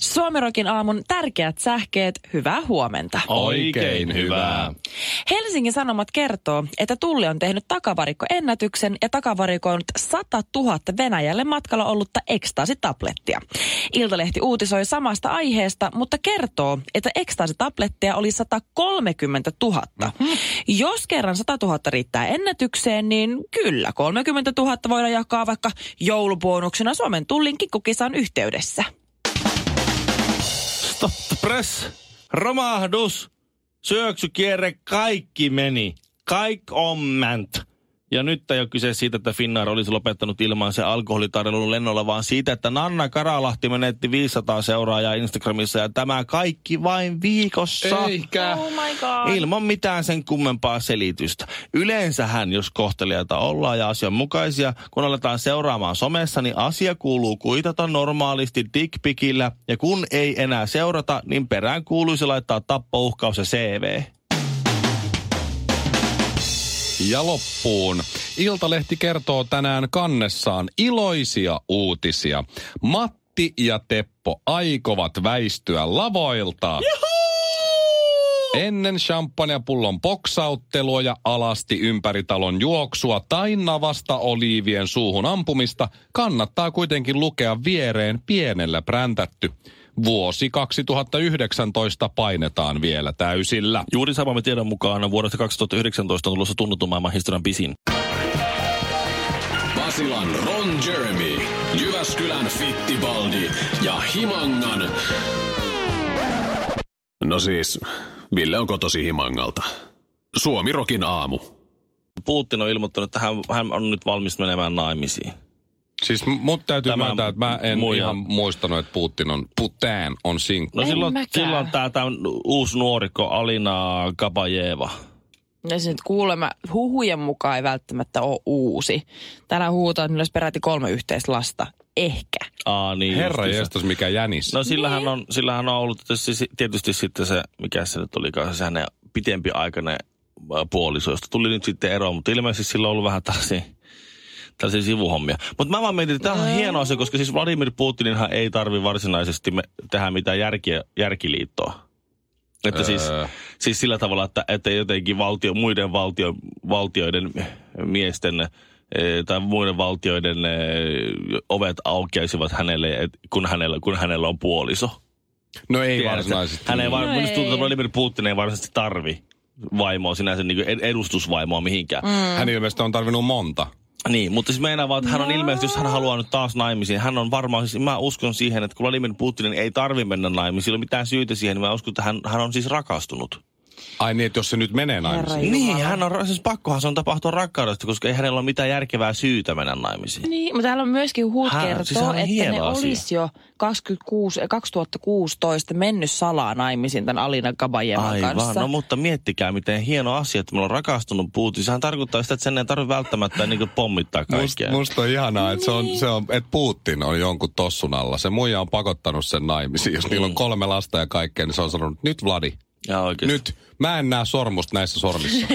Suomerokin aamun tärkeät sähkeet, hyvää huomenta. Oh. Oikein hyvää. Helsingin Sanomat kertoo, että Tulli on tehnyt takavarikkoennätyksen ja takavarikoinut 100 000 Venäjälle matkalla ollutta ekstaasitablettia. Iltalehti uutisoi samasta aiheesta, mutta kertoo, että ekstaasitabletteja oli 130 000. Jos kerran 100 000 riittää ennätykseen, niin kyllä 30 000 voidaan jakaa vaikka joulupuonuksena Suomen Tullin kikkukisan yhteydessä. Stop press. Romahdus. Syöksykierre. Kaikki meni. Kaik on mänt. Ja nyt ei ole kyse siitä, että Finnair olisi lopettanut ilmaisen alkoholitarjoulun lennolla, vaan siitä, että Nanna Karalahti menetti 500 seuraajaa Instagramissa ja tämä kaikki vain viikossa. Eikä. Oh my god. Ilman mitään sen kummempaa selitystä. Yleensähän, jos kohteliaita ollaan ja asianmukaisia, kun aletaan seuraamaan somessa, niin asia kuuluu kuitata normaalisti dickpikillä. Ja kun ei enää seurata, niin perään kuuluisi laittaa tappouhkaus ja CV. Ja loppuun. Iltalehti kertoo tänään kannessaan iloisia uutisia. Matti ja Teppo aikovat väistyä lavoilta. Ennen champagnepullon poksauttelua ja alasti ympäri talon juoksua tai navasta oliivien suuhun ampumista kannattaa kuitenkin lukea viereen pienellä präntätty. Vuosi 2019 painetaan vielä täysillä. Juuri samamme tiedon mukaan vuodesta 2019 on tulossa tunnetun maailman historian pisin. Basilan Ron Jeremy, Jyväskylän Fittibaldi ja Himangan... No siis, Ville on kotosi Himangalta. Suomi Rokin aamu. Putin on ilmoittanut, että hän, hän on nyt valmis menemään naimisiin. Siis m- mut täytyy Tämä myöntää, että mä en muija. ihan muistanut, että Putin on, Putin on sinkku. No En silloin, mäkään. silloin tämä, tämä uusi nuorikko Alina Kabajeva. Ja se nyt kuulemma huhujen mukaan ei välttämättä ole uusi. Täällä huutaa, että niillä olisi peräti kolme yhteislasta. Ehkä. Aa, niin Herra justiinsa. jestas, mikä jänis. No sillähän on, sillähän on ollut tietysti, tietysti sitten se, mikä se nyt olikaan, se hänen pitempi aikainen ä, puoliso, josta tuli nyt sitten ero, mutta ilmeisesti sillä on ollut vähän tällaisia, tällaisia sivuhommia. Mutta mä vaan mietin, että tämä on hieno asia, koska siis Vladimir Putininhan ei tarvi varsinaisesti me, tehdä mitään järkiä, järkiliittoa. Että siis, Öö. siis sillä tavalla, että, että jotenkin valtio, muiden valtio, valtioiden miesten eh, tai muiden valtioiden eh, ovet aukeaisivat hänelle, et- kun hänellä, kun hänellä on puoliso. No ei Tiedätkö? varsinaisesti. Hän ei var- No no tuntuu, ei. että Vladimir Putin ei varsinaisesti tarvi vaimoa sinänsä niin kuin edustusvaimoa mihinkään. Mm. Hän ilmeisesti on tarvinnut monta. Niin, mutta siis meinaa vaan, No. että hän on ilmeisesti, jos hän haluaa nyt taas naimisiin, hän on varmaan, siis mä uskon siihen, että kun Vladimir Putinin ei tarvi mennä naimisiin, sillä ei ole mitään syytä siihen, niin mä uskon, että hän, hän on siis rakastunut. Ai niin, että jos se nyt menee naimisiin. Jumala. Niin, hän on, siis pakkohan se on tapahtua rakkaudesta, koska ei hänellä ole mitään järkevää syytä mennä naimisiin. Niin, mutta täällä on myöskin huut Hän- kertoo, siis hän on että hieno ne asia. olisi jo 26, eh, 2016 mennyt salaa naimisiin tämän Alina Kabajevan Aivan, kanssa. no mutta miettikää, miten hieno asia, että meillä on rakastunut Putin. Sehän tarkoittaa sitä, että sen ei tarvitse välttämättä niin kuin pommittaa Must, kaikkea. musta on ihanaa, että se on, Niin. se on, että Putin on jonkun tossun alla. Se muija on pakottanut sen naimisiin. Jos Niin. niillä on kolme lasta ja kaikkea, niin se on sanonut, nyt Vladi, Ja oikeesti. nyt. Mä en näe sormusta näissä sormissa.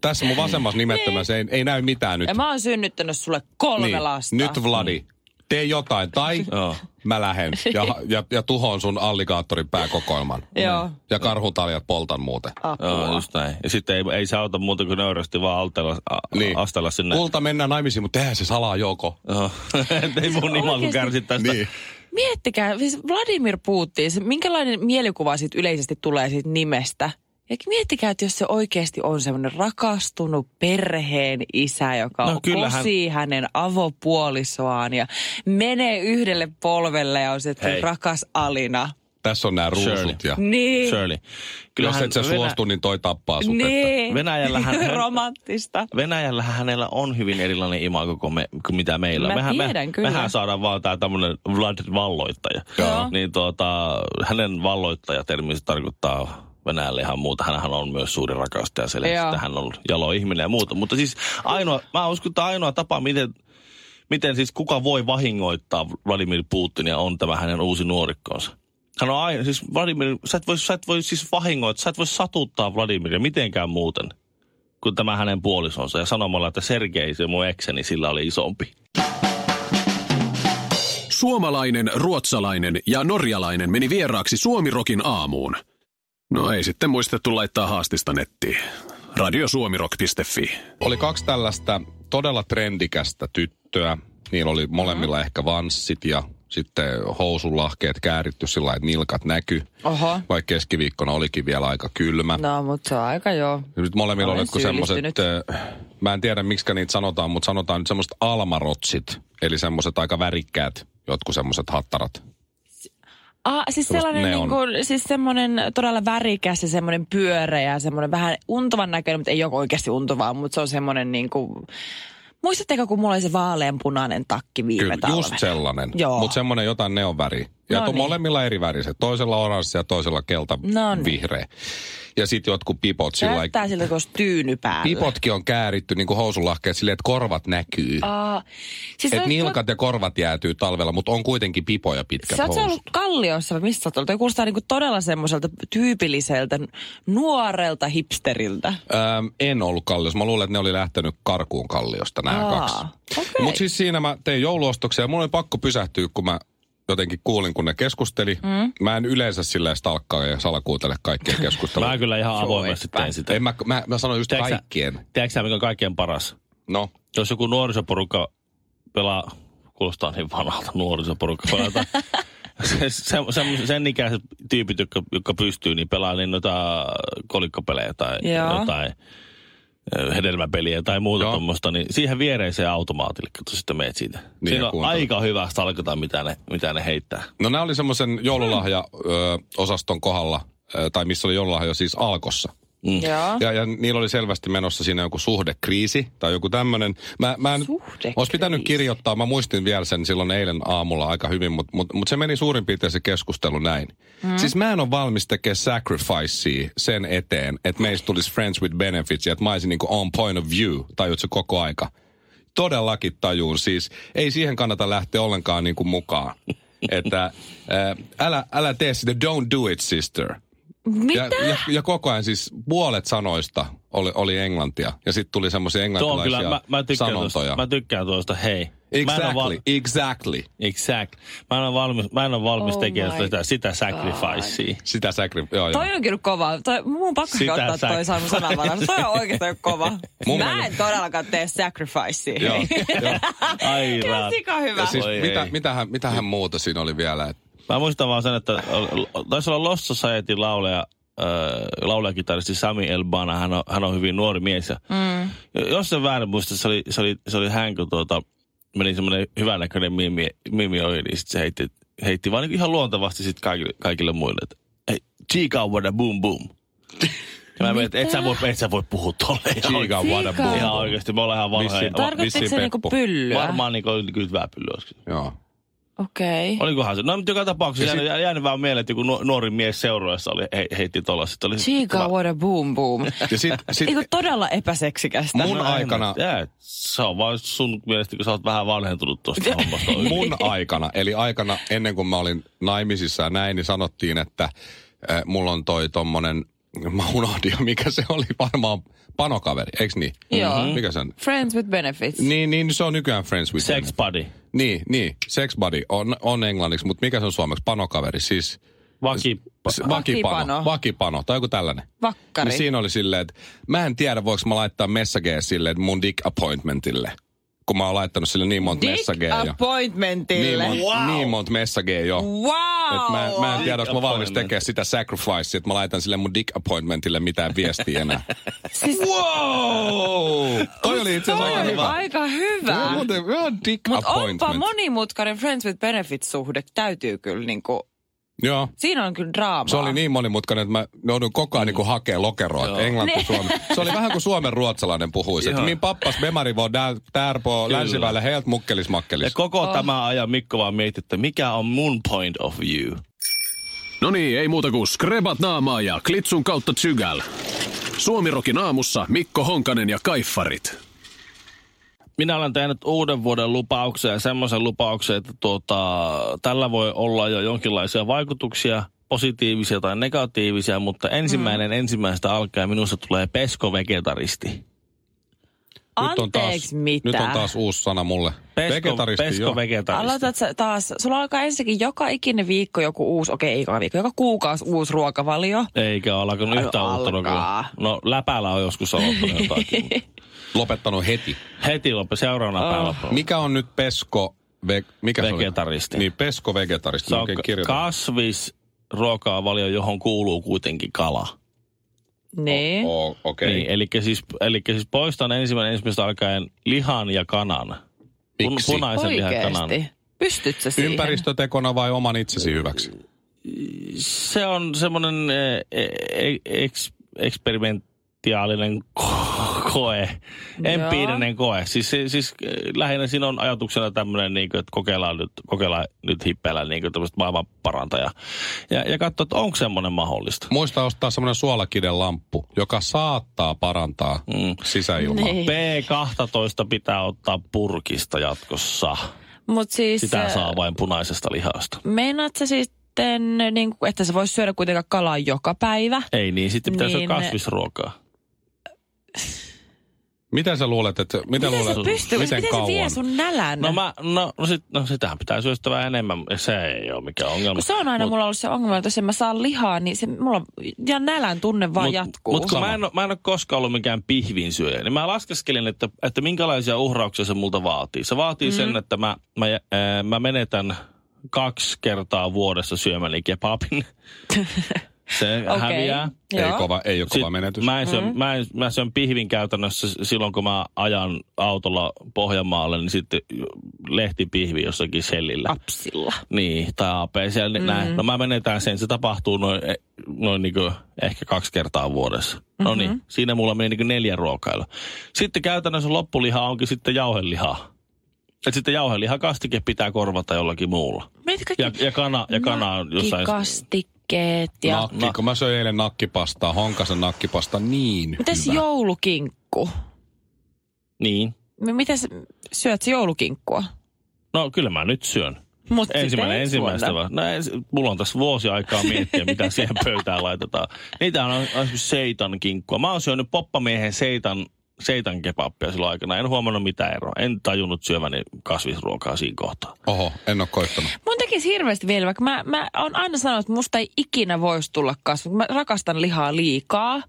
Tässä mun vasemmassa nimettömässä ei, ei näy mitään nyt. Niin. ja Niin. mä oon synnyttänyt sulle kolme Niin, lasta. Nyt Vladi, tee jotain tai Joo. mä lähen ja, ja, ja tuhoon sun alligaattorin pääkokoelman. Joo. Ja karhutaljat poltan muuten. Joo, Apua. just näin. Ja sitten ei, ei se auta muuta kuin nöyrästi vaan altella, a, niin. astella sinne. Kulta mennään naimisiin, mutta tehdään se salaa joko. Joo. Että ei mun Siis imago Oikeesti. kärsi tästä. Niin. Miettikää, siis Vladimir Putin, se, minkälainen mielikuva siitä yleisesti tulee siitä nimestä. Ja miettikää, että jos se oikeasti on semmoinen rakastunut perheen isä, joka No, no, kyllähän- kosii hänen avopuolisoaan ja menee yhdelle polvelle ja on se, että Hei. rakas Alina. Tässä on nämä Shirley. ruusut ja Niin. Shirley. jos et sä Venä- suostu, niin toi tappaa sut. että- Niin. Venäjällähän- Romanttista. Venäjällähän hänellä on hyvin erilainen imago kuin, me, kuin mitä meillä. Mä mehän, tiedän me, kyllä. Mehän saadaan vaan tää tämmönen Vlad valloittaja. Joo. Niin tuota, hänen valloittajatermi se tarkoittaa Venäjälle ihan muuta. Hänhän on myös suuri rakastaja Joo. selvästi. Hän on jalo ihminen ja muuta. Mutta siis ainoa, mä uskon, että ainoa tapa, miten, miten siis kuka voi vahingoittaa Vladimir Putinia on tämä hänen uusi nuorikkonsa. Hän on aina, siis Vladimir, sä et voi, sä et voi siis vahingoittaa, sä et voi satuttaa Vladimiria mitenkään muuten kuin tämä hänen puolisonsa ja sanomalla, että Sergei, se mun ekseni, sillä oli isompi. Suomalainen, ruotsalainen ja norjalainen meni vieraaksi Suomirokin aamuun. No ei sitten muistettu laittaa haastista nettiin. Radiosuomirok.fi. Oli kaksi tällaista todella trendikästä tyttöä. Niillä oli molemmilla ehkä vanssit ja sitten housunlahkeet kääritty sillä lailla, että nilkat näky. Oho. Vaikka keskiviikkona olikin vielä aika kylmä. No, mutta se on aika joo. Nyt molemmilla on Olen jotkut semmoiset, syyllistynyt. mä en tiedä miksi niitä sanotaan, mutta sanotaan nyt semmoiset almarotsit. Eli semmoiset aika värikkäät, jotkut semmoiset hattarat. Ah, siis Semmosta sellainen, niin neon. kuin, siis semmoinen todella värikäs ja semmoinen pyöreä ja semmoinen vähän untuvan näköinen, mutta ei ole oikeasti untuvaa, mutta se on semmoinen niin kuin... Muistatteko, kun mulla oli se vaaleanpunainen takki viime Kyllä, talvena? just sellainen. Joo. Mutta semmoinen jotain neonväri. Ja No no niin. niin. molemmilla eri väriset. Toisella oranssi ja toisella kelta No niin. vihreä. Ja sitten jotkut pipot sillä lailla- Näyttää siltä, kun olisi tyyny päällä. Pipotkin on kääritty niin kuin housunlahkeet silleen, että korvat näkyy. Ah, siis Että olet- nilkat ja korvat jäätyy talvella, mutta on kuitenkin pipoja pitkät Sä oot housut. sä ollut Kalliossa vai missä sä oot ollut? Toi kuulostaa niinku todella semmoiselta tyypilliseltä nuorelta hipsteriltä. Öm, en ollut kalliossa. Mä luulen, että ne oli lähtenyt karkuun kalliosta nämä Aa, kaksi. okei. Mutta siis siinä mä tein jouluostoksia ja mulla oli pakko pysähtyä, kun mä jotenkin kuulin, kun ne keskusteli. Mm. Mä en yleensä silleen stalkkaa ja salakuuntele kaikkien keskustelua. Mä kyllä ihan avoimesti tein sitä. en mä, mä, mä sanoin just Tiedätkö sä- kaikkien. Tiedätkö sä, mikä on kaikkein paras? No, Jos joku nuorisoporukka pelaa, kuulostaa niin vanhalta nuorisoporukka pelata. se, se, se, sen ikäiset tyypit, jotka, jotka pystyy, niin pelaa niin noita kolikkopelejä tai Joo. jotain ö, hedelmäpeliä tai muuta Joo. tuommoista, niin siihen viereiseen automaatille, kun sitten meet siitä. Niin Niin, Siinä ja on kuuntele. aika hyvä stalkata, mitä ne, mitä ne heittää. No nämä oli semmoisen joululahja-osaston kohdalla, ö, tai missä oli joululahja siis alkossa. Joo. Ja, ja niillä oli selvästi menossa siinä joku suhdekriisi tai joku tämmöinen. Mä, mä en, Suhdekriisi. olisi pitänyt kirjoittaa, mä muistin vielä sen silloin eilen aamulla aika hyvin, mutta mut, mut se meni suurin piirtein se keskustelu näin. Mm. Siis mä en ole valmis tekemään sacrificea sen eteen, että meistä tulisi friends with benefits ja että mä olisin niinku on point of view, tajutko koko aika. Todellakin tajuun siis. Ei siihen kannata lähteä ollenkaan niinku mukaan. että ää, älä, älä tee sitä, don't do it sister. Mitä? Ja, ja, ja koko ajan siis puolet sanoista oli, oli englantia. Ja sitten tuli semmoisia Tuo on englantilaisia kyllä, mä, mä, tykkään sanontoja. tuosta, mä tykkään tuosta, hei. Mä en exactly, ole val- exactly. Exact. Mä en ole valmis, mä en ole valmis Oh oh tekemään my sitä, sitä sacrificea. Sitä säkri... Joo, joo. Toi on kyllä kova. Toi, mun on pakko Sitä ottaa toi sac- Samu sananvaras. Toi on oikeastaan kova. Mun Mä en mielestä- todellakaan tee sacrificea. Joo, joo. Ai Kyllä raat. sika hyvä. Ja siis Oi mitä, ei. mitähän, mitähän muuta siinä oli vielä? Et, Mä muistan vaan sen, että taisi olla Lost Society lauleja, äh, laulajakitaristi Sami Elbana, hän on, hän on hyvin nuori mies. Ja, mm. Jos en väärin muista, se oli, se oli, se oli hän, kun tuota, meni semmoinen hyvännäköinen mimi, mimi ohi, niin sit se heitti, heitti vaan niin ihan luontevasti sit kaikille, kaikille muille, että hei, chica wada boom boom. Ja mä mietin, että et sä voi, et sä voi puhua tolle. Chica wada boom Ihan boom. oikeasti, me ollaan ihan vanhoja. Vissiin- Tarkoittiko Vissiin se niinku Peppu. pyllyä? Varmaan niin kuin kytvää pyllyä. joo. Okei. Olikohan se? No mutta joka tapauksessa Ja sit- jäänyt, jäänyt vaan mieleen, että joku nu- nuori mies seuroissa oli, he, heitti tollaset. Oli Chica, hyvä. what a boom boom. Ja sit, sit, Eikö todella epäseksikästä? Mun No en aikana- mä tiedä. Se on vaan sun mielestä, kun sä oot vähän vanhentunut tuosta hommasta. mun aikana, eli aikana ennen kuin mä olin naimisissa ja näin, niin sanottiin, että äh, mulla on toi tommonen, mä unohdin jo mikä se oli, varmaan panokaveri, eiks niin? Joo. Mhm. Mikä se on? Friends with benefits. Niin, niin se on nykyään Friends with Sex buddy. Niin, niin. Sex buddy on, on englanniksi, mutta mikä se on suomeksi? Panokaveri, siis Vaki. s- Vakipano. vakipano, vakipano tai joku tällainen. Vakkari. Niin siinä oli silleen, että mä en tiedä, voiko mä laittaa messagea sille että mun dick appointmentille. Kun mä oon laittanut sille niin monta Dick messagea jo. Niin appointmentille. monta, niin monta messagea jo. Wow! Et mä, mä en tiedä, Dick onko mä valmis appointment. tekemään sitä sacrificea, että mä laitan sille mun dick appointmentille mitään viestiä enää. Siis, wow! Toi oli itse asiassa toi aika oli hyvä. aika Joo, hyvä. muuten, joo, dick Mutta onpa appointment. monimutkainen Friends with Benefits-suhde. Täytyy kyllä niinku Joo. Siinä on kyllä draamaa. Se oli niin monimutkainen, että mä joudun koko ajan Mm. niin hakemaan lokeroa, että englanti, suomi. Se oli vähän kuin suomen ruotsalainen puhuisi, että Joo. min pappas memari voi dä- tärpoo länsiväillä heiltä mukkelis Ja makkelis. koko oh. tämä ajan Mikko vaan mietti, että mikä on mun point of view. No niin, ei muuta kuin skrebat naamaa ja klitsun kautta tsygäl. Suomirokin aamussa Mikko Honkanen ja Kaiffarit. Minä olen tehnyt uuden vuoden lupauksen ja semmoisen lupauksen, että tuota, tällä voi olla jo jonkinlaisia vaikutuksia, positiivisia tai negatiivisia, mutta ensimmäinen mm. ensimmäistä alkaen minusta tulee pesko-vegetaristi. Nyt on Anteeksi taas, mitä? nyt on taas uusi sana mulle. Pesko, Vegetaristi, joo. pesko-vegetaristi. Aloitat sä taas, sulla alkaa ensinnäkin joka ikinen viikko joku uusi, okei ei joka viikko, joka kuukausi uusi ruokavalio. Eikä ole alkanut Ai, yhtään uutta alkaa. ruokaa. No läpällä on joskus aloittanut jotakin. mutta Lopettanut heti. Heti loppu, Ah. seuraavana päivänä. Mikä on nyt pesko... Ve, mikä Se Vegetaristi. oli? Niin, pesko vegetaristi. Se on Oikein ka- kirjoitan. kasvis ruokavalio, johon kuuluu kuitenkin kala. Niin. Oo, Okei. Niin, eli siis, eli siis poistan ensimmäinen ensimmäistä alkaen lihan ja kanan. Pun, Miksi? punaisen lihan ja kanan. Oikeesti. Pystyt sä siihen? Ympäristötekona vai oman itsesi hyväksi? Se on semmoinen eh, eh, eks, eksperimentiaalinen ko- koe, empiirinen koe. Siis, se- siis eh, lähinnä siinä on ajatuksena tämmöinen, niin että kokeillaan nyt, kokeillaan nyt hippeillä niin tämmöistä maailman parantajaa. Ja, ja katsoa, että onko semmoinen mahdollista. Muista ostaa semmoinen suolakiden lamppu, joka saattaa parantaa mm. sisäilmaa. Niin. B12 pitää ottaa purkista jatkossa. Mut siis, Sitä äh, saa vain punaisesta lihasta. Meinaat sä sitten, niin kuin, että sä vois syödä kuitenkaan kalaa joka päivä? Ei niin, sitten pitäisi niin. Niin. olla kasvisruokaa. Mitä sä luulet, että... Mitä, Miten luulet, sä pystyt, miten miten se vie kauan? sun nälän? No, mä, no, no, sit, no sitähän pitää syöstävää enemmän. Se ei ole mikään ongelma. Kun se on aina mulla ollut se ongelma, että jos en mä saa lihaa, niin se mulla on, ja nälän tunne vaan jatkuu. Mutta kun mä en, oo- mä en ole koskaan ollut mikään pihvin syöjä, niin mä laskeskelin, että, että minkälaisia uhrauksia se multa vaatii. Se vaatii mm. sen, että mä, mä, äh, mä menetän kaksi kertaa vuodessa syömäni kebabin. se okay. Okei. häviää. Ei, Joo. kova, ei ole kova Sit menetys. Mä, en syö, mm. mä, en, mä syön pihvin käytännössä s- silloin, kun mä ajan autolla Pohjanmaalle, niin sitten lehtipihvi jossakin sellillä. Apsilla. Niin, tai AP siellä, mm. näin. No mä menetään sen, se tapahtuu noin, eh, noin niin ehkä kaksi kertaa vuodessa. No niin, mm-hmm. siinä mulla meni niin neljä ruokailua. Sitten käytännössä loppuliha onkin sitten jauhelihaa. Et sitten jauhelihakastike pitää korvata jollakin muulla. Mitkä Ja, ja kana, ja kana on jossain... Kastikkeet ja... No, Nakki, kun mä söin eilen nakkipastaa, honkasen nakkipasta niin Mites hyvä. joulukinkku? Niin. M- Mites syöt sä joulukinkkua? No kyllä mä nyt syön. Mut sitten Ensimmäinen ensi ensimmäistä vuonna. vaan. No, ensi, mulla on tässä vuosi aikaa miettiä, mitä siihen pöytään laitetaan. Niitä on, on esimerkiksi seitan kinkkua. Mä oon syönyt poppamiehen seitan, seitan kebappia silloin aikana. En huomannut mitään eroa. En tajunnut syöväni kasvisruokaa siinä kohtaa. Oho, en ole koittanut. Mun tekisi hirveästi vielä, vaikka mä, mä oon aina sanonut, että musta ei ikinä voisi tulla kasvu. Mä rakastan lihaa liikaa,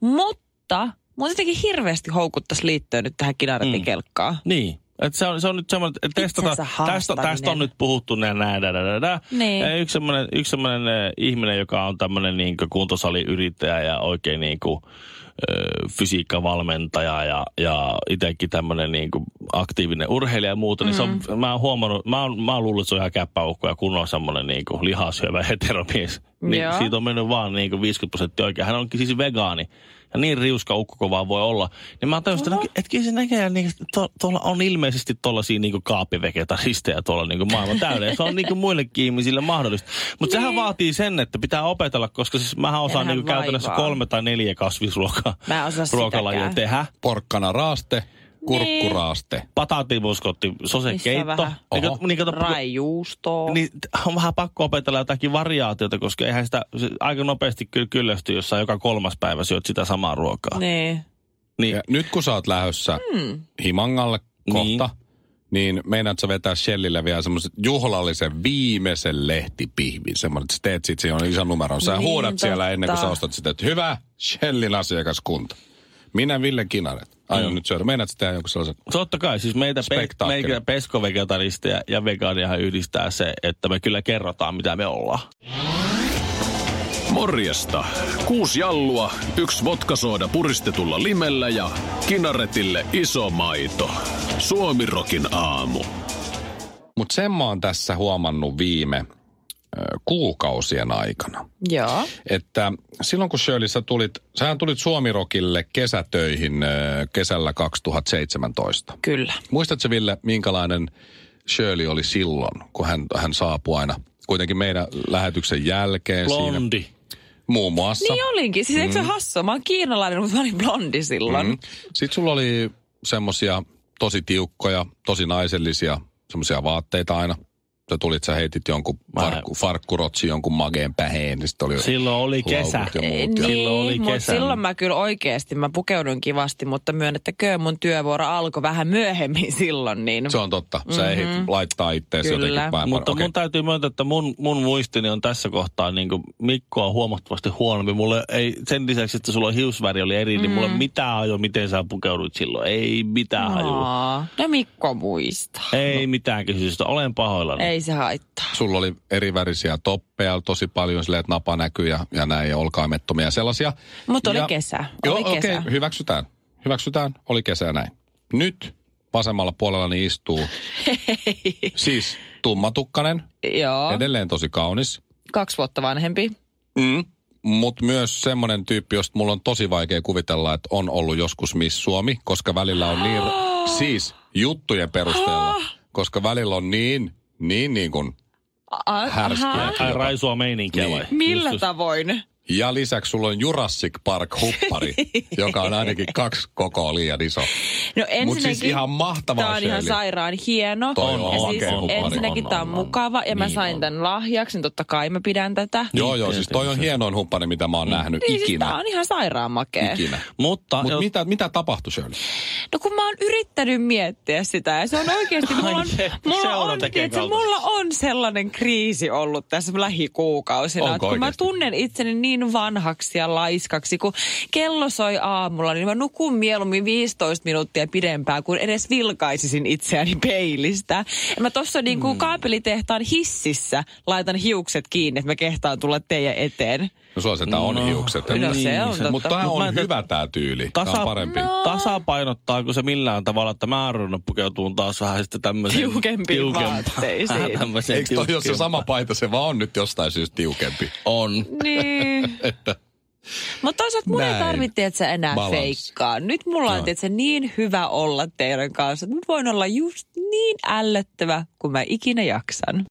mutta mun jotenkin hirveästi houkuttaisi liittyä nyt tähän kinaretin mm. kelkkaan. Niin. Et se, on, se on nyt semmoinen, että testata, Itsensä tästä, haastaminen. tästä on nyt puhuttu näin, näin, näin, näin, näin. Niin. Ja Yksi semmoinen, yksi semmoinen eh, ihminen, joka on tämmöinen niin kuntosaliyrittäjä ja oikein niin kuin, fysiikkavalmentaja ja, ja itsekin tämmöinen niin kuin aktiivinen urheilija ja muuta, niin mm. se on, mä oon huomannut, mä oon, mä oon luullut, että se on ihan käppäukko ja kun on semmoinen niin kuin lihasyövä heteromies. Niin Joo. siitä on mennyt vaan niin kuin 50 prosenttia oikein. Hän onkin siis vegaani. Ja niin riuska ukko kuin vaan voi olla. Niin mä oon tajunnut, että et kyllä se näkee, niin, to, tuolla on ilmeisesti tuollaisia niin kaapivegetaristeja tuolla niin maailman täynnä. Ja se on niin kuin muillekin ihmisille mahdollista. Mutta sehän Niin. vaatii sen, että pitää opetella, koska siis mähän osaan Tehdään niin käytännössä vaivaa. kolme tai neljä kasvisruokaa Mä en osaa ruokalajia sitäkään. tehdä. Porkkana raaste, Niin. kurkkuraaste. Patatimuskotti, sosekeitto. vähän. Niin, Oho. kato- niin, kato- Raijuustoa. niin t- on vähän pakko opetella jotakin variaatiota, koska eihän sitä se aika nopeasti kyllä kyllästy, jos sä joka kolmas päivä syöt sitä samaa ruokaa. niin. Niin, Ja nyt kun sä oot lähdössä Hmm. mm. Himangalle kohta, niin, niin meinaat sä vetää Shellillä vielä semmoisen juhlallisen viimeisen lehtipihvin. Semmoinen, että sä teet sit, siinä on isän numeron. Sä Niin, niin, huudat totta. siellä ennen kuin sä totta. ostat sitä, että hyvä Shellin asiakaskunta. Minä Ville Kinaret. Aion mm. nyt syödä. Meinaat sä tehdä jonkun sellaisen? Totta kai, siis meitä, pe- Spektaakkeli. meitä peskovegetaristeja ja vegaaniahan yhdistää se, että me kyllä kerrotaan, mitä me ollaan. Morjesta. Kuusi jallua, yksi vodkasooda puristetulla limellä ja kinaretille iso maito. Suomirokin aamu. Mutta sen mä oon tässä huomannut viime ö, kuukausien aikana. Joo. Että silloin kun Shirley sä tulit, sähän tulit Suomirokille kesätöihin ö, kesällä 2017. Kyllä. Muistatko Ville, minkälainen Shirley oli silloin, kun hän, hän saapui aina kuitenkin meidän lähetyksen jälkeen siinä Blondi. muun muassa. Niin olinkin. Siis eikö se Mm. hassua? Mä oon kiinalainen, mutta mä olin blondi silloin. Mm. Sitten Mm-hmm. sulla oli semmosia tosi tiukkoja, tosi naisellisia semmosia vaatteita aina. Sä tulit, sä heitit jonkun Mä- farkku, farkkurotsi jonkun mageen päheen, niin sit oli Silloin oli kesä. laukut ja muut. Ja, Niin, Silloin oli mut kesä. silloin mä kyllä oikeasti, mä pukeudun kivasti, mutta myönnettäköön mun työvuoro alkoi vähän myöhemmin silloin, niin se on totta. Sä mm-hmm. ehdit laittaa itteesi Kyllä. jotenkin vähän. Mutta okei. mun täytyy myöntää, että mun, mun muistini on tässä kohtaa niin kuin Mikko on huomattavasti huonompi. Mulle ei, sen lisäksi, että sulla hiusväri oli eri, mm. niin mulla ei ole mitään haju, miten sä pukeudut silloin. Ei mitään no. hajua. Aa, No Mikko muistaa. Ei no. mitään kysymystä. Olen pahoillani. Ei se haittaa. Sulla oli eri värisiä toppeja, tosi paljon silleen, että napa näkyy ja, ja näin, ja olkaimettomia ja sellaisia. Mutta oli Ja- kesä. Joo, Oli okei, kesä. okay, hyväksytään. Hyväksytään, oli kesä ja näin. Nyt vasemmalla puolellani istuu siis tummatukkanen, Joo, edelleen tosi kaunis, kaksi vuotta vanhempi. mm. mutta myös semmoinen tyyppi, josta mulla on tosi vaikea kuvitella, että on ollut joskus Miss Suomi, koska välillä on niin, siis juttujen perusteella, koska välillä on niin, niin niin kuin A- a- härskiä. ahaa. Ai raisua meininkiä Niin. vai? Millä Just, just. tavoin? No Ja lisäksi sulla on Jurassic Park huppari, joka on ainakin kaksi kokoa liian iso. No Mutta ensinnäkin... siis ihan mahtavaa, Tämä on ihan Shirley. sairaan hieno. Toi on ja siis oikein huppari. ensinnäkin On, tämä on on, on. mukava ja mä Niin sain on. tämän lahjaksi, niin totta kai mä pidän tätä. Joo, joo, Niin, siis toi on tietenkin. hienoin humppani, mitä mä oon nähnyt Niin siis tää ikinä. on ihan sairaan makea. ikinä. Mutta Mutta jos- mitä, mitä tapahtui, Shirley? No kun mä oon yrittänyt miettiä sitä ja se on oikeasti, mulla on, Ai se- mulla seura on, tekee tiedätkö, kaltaista. mulla on sellainen kriisi ollut tässä lähikuukausina. Onko että kun mä oikeasti? tunnen itseni niin vanhaksi ja laiskaksi, kun kello soi aamulla, niin mä nukun mieluummin 15 minuuttia pidempään, kuin edes vilkaisisin itseäni peilistä. Ja mä tossa niin kuin kaapelitehtaan hississä laitan hiukset kiinni, että mä kehtaan tulla teidän eteen. No sulla se tää on No, hiukset. no se on totta. Mutta tää Mut mä on en- hyvä tää tyyli. Tää on parempi. No. Tasapainottaako se millään tavalla, että mä oon pukeutuun taas vähän sitten tämmöiseen Tiukempiin vaatteisiin. tämmöiseen Eikö toi jos se sama paita, se vaan on nyt jostain syystä tiukempi? On. Niin. Mutta toisaalta mun ei Näin. tarvitse, että sä enää Balance. feikkaa. Nyt mulla on, että niin hyvä olla teidän kanssa, että mä voin olla just niin ällöttävä, kuin mä ikinä jaksan.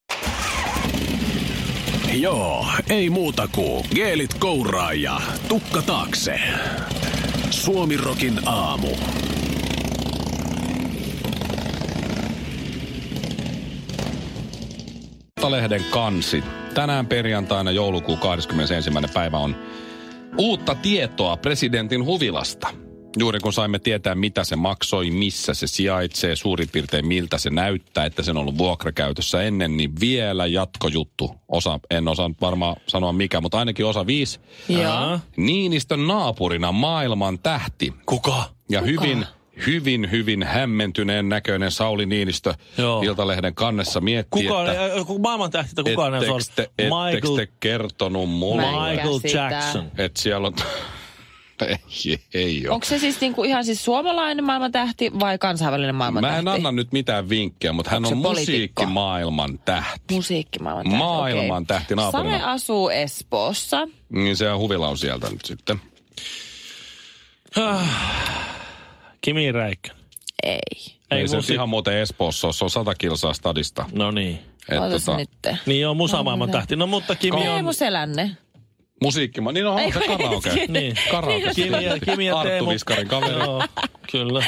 Joo, ei muuta kuin geelit kouraa ja tukka taakse. Suomirokin aamu. Lehden kansi. Tänään perjantaina joulukuun 21. päivä on uutta tietoa presidentin huvilasta. Juuri kun saimme tietää, mitä se maksoi, missä se sijaitsee, suurin piirtein miltä se näyttää, että sen on ollut vuokrakäytössä ennen, niin vielä jatkojuttu. Osa, en osaa nyt varmaan sanoa mikä, mutta ainakin osa viisi. Joo. Niinistön naapurina maailman tähti. Kuka? Ja hyvin, hyvin, hyvin hämmentyneen näköinen Sauli Niinistö Joo. Iltalehden kannessa miettii, Kuka on, että äh, ku- maailman tähti, kuka on ettekö se te, on? ettekö Michael, te kertonut mulle, Mä en Michael käsitä. Jackson. että siellä on... ei, ei ole. Onko se siis niinku ihan siis suomalainen maailmantähti vai kansainvälinen maailmantähti? Mä en anna nyt mitään vinkkejä, mutta hän Onko on se poliitikko? musiikkimaailman tähti. Musiikkimaailmantähti. Maailmantähti okei. naapurina. Sare asuu Espoossa. Niin se on huvila on sieltä nyt sitten. Kimi Räikkönen. Ei. Ei, Ei se nyt musi... ihan muuten Espoossa, ole, se on sata kilsaa stadista. No niin. Et Ootas tota, nyt. Niin on musa maailman tähti. No mutta Kimi Ei on... mun selänne. musiikkima, niin on, on se karaoke. Niin. Karaoke. Kimi ja, Kimi ja Arttu Teemu. Viskarin kaveri. Joo, kyllä.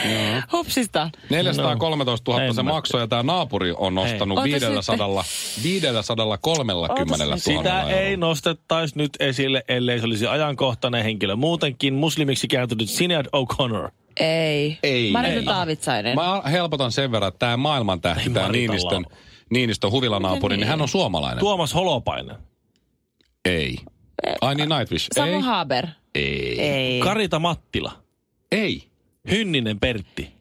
Hupsista. 413 000 No, se en mä maksoi ja tämä naapuri on nostanut Ootas 500, 530 000. Ootas Sitä ei eurolla. nostettaisi nyt esille, ellei se olisi ajankohtainen henkilö. Muutenkin muslimiksi kääntynyt Sinead O'Connor. Ei. Ei. Marita Ei. Taavitsainen. Mä helpotan sen verran, että tämä maailmantähti, tämä Marita Niinistön, Laura. Niinistön huvilanaapuri, niin hän on suomalainen. Tuomas Holopainen. Ei. Ai niin, Nightwish. Samu ei. Haber. ei. Eh, Ei. Karita Mattila. Ei. Hynninen Pertti.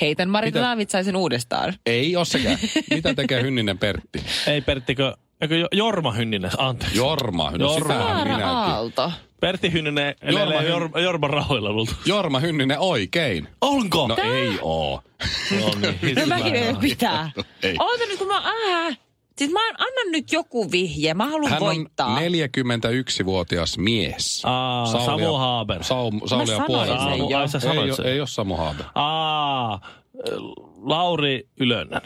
Heitän Marita Mitä? Taavitsaisen uudestaan. Ei ole sekään. Mitä tekee Hynninen Pertti? Ei Perttikö, eikö Jo- Jorma Hynninen, anteeksi. Jorma. No Jorma. sitähän Saara minäkin. Aalto. Pertti Hynninen Jorma Jorma, Hyn- Jorma, Jorman rahoilla multa. Jorma Hynninen oikein. Onko? No ei oo. No niin, No mäkin ei pitää. Ei. Oota nyt, kun mä... Äh. Siis mä annan nyt joku vihje, mä haluan Hän voittaa. on 41-vuotias mies. Aa, Samu Haaber. Saul, Sauli ja sanoin puolen. sen Ei, jo. Ai, sä sanoit oo- sen. ei ole Samu Haaber. Aa, Lauri Ylönen.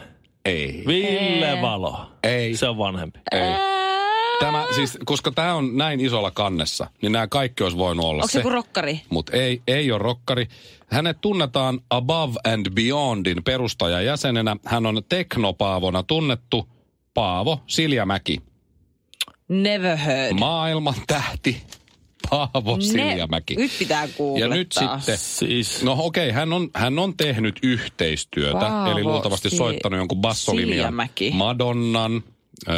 Ei. Ville Valo. Ei. Se on vanhempi. ei. Tämä, siis, koska tämä on näin isolla kannessa, niin nämä kaikki olisi voinut olla Onko se joku rokkari? mutta ei, ei ole rokkari. Hänet tunnetaan Above and Beyondin perustajajäsenenä. Hän on teknopaavona tunnettu Paavo Siljamäki. Never heard. Maailman tähti Paavo Siljamäki. Nyt pitää ja googlettaa. nyt sitten, Siis, no okei, hän on, hän on tehnyt yhteistyötä, Paavo eli luultavasti Si- soittanut jonkun bassolinjan Siljamäki. Madonnan öö,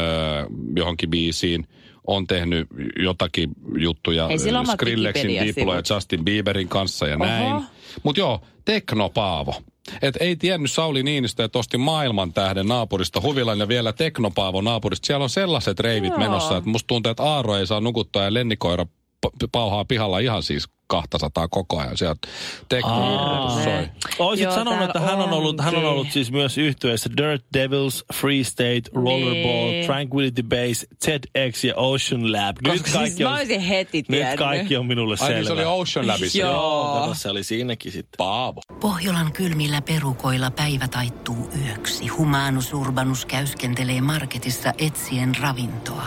johonkin biisiin. On tehnyt jotakin juttuja Ei sillä öö, omat Skrillexin, Wikipedia-sivut. Diplo ja Justin Bieberin kanssa ja Oho. näin. Mutta joo, Teknopaavo. Et ei tiennyt Sauli Niinistö, että osti maailman tähden naapurista huvilan ja vielä Teknopaavo naapurista. Siellä on sellaiset reivit Joo. menossa, että musta tuntuu, että Aaro ei saa nukuttaa ja lennikoira p- pauhaa pihalla ihan siis 200 koko ajan. Sieltä tekno Aa. soi. Oisit Joo, sanonut, täällä että hän on, ollut, hän on onkin. ollut siis myös yhtyeessä Dirt Devils, Free State, Rollerball, Niin. Tranquility Base, ZX ja Ocean Lab. Nyt Koska siis mä olisin heti nyt tiennyt. kaikki on minulle Ai selvä. niin, se oli Ocean Labissa. Joo. Joo, kato, se oli siinäkin sitten. Paavo. Pohjolan kylmillä perukoilla päivä taittuu yöksi. Humanus Urbanus käyskentelee marketissa etsien ravintoa.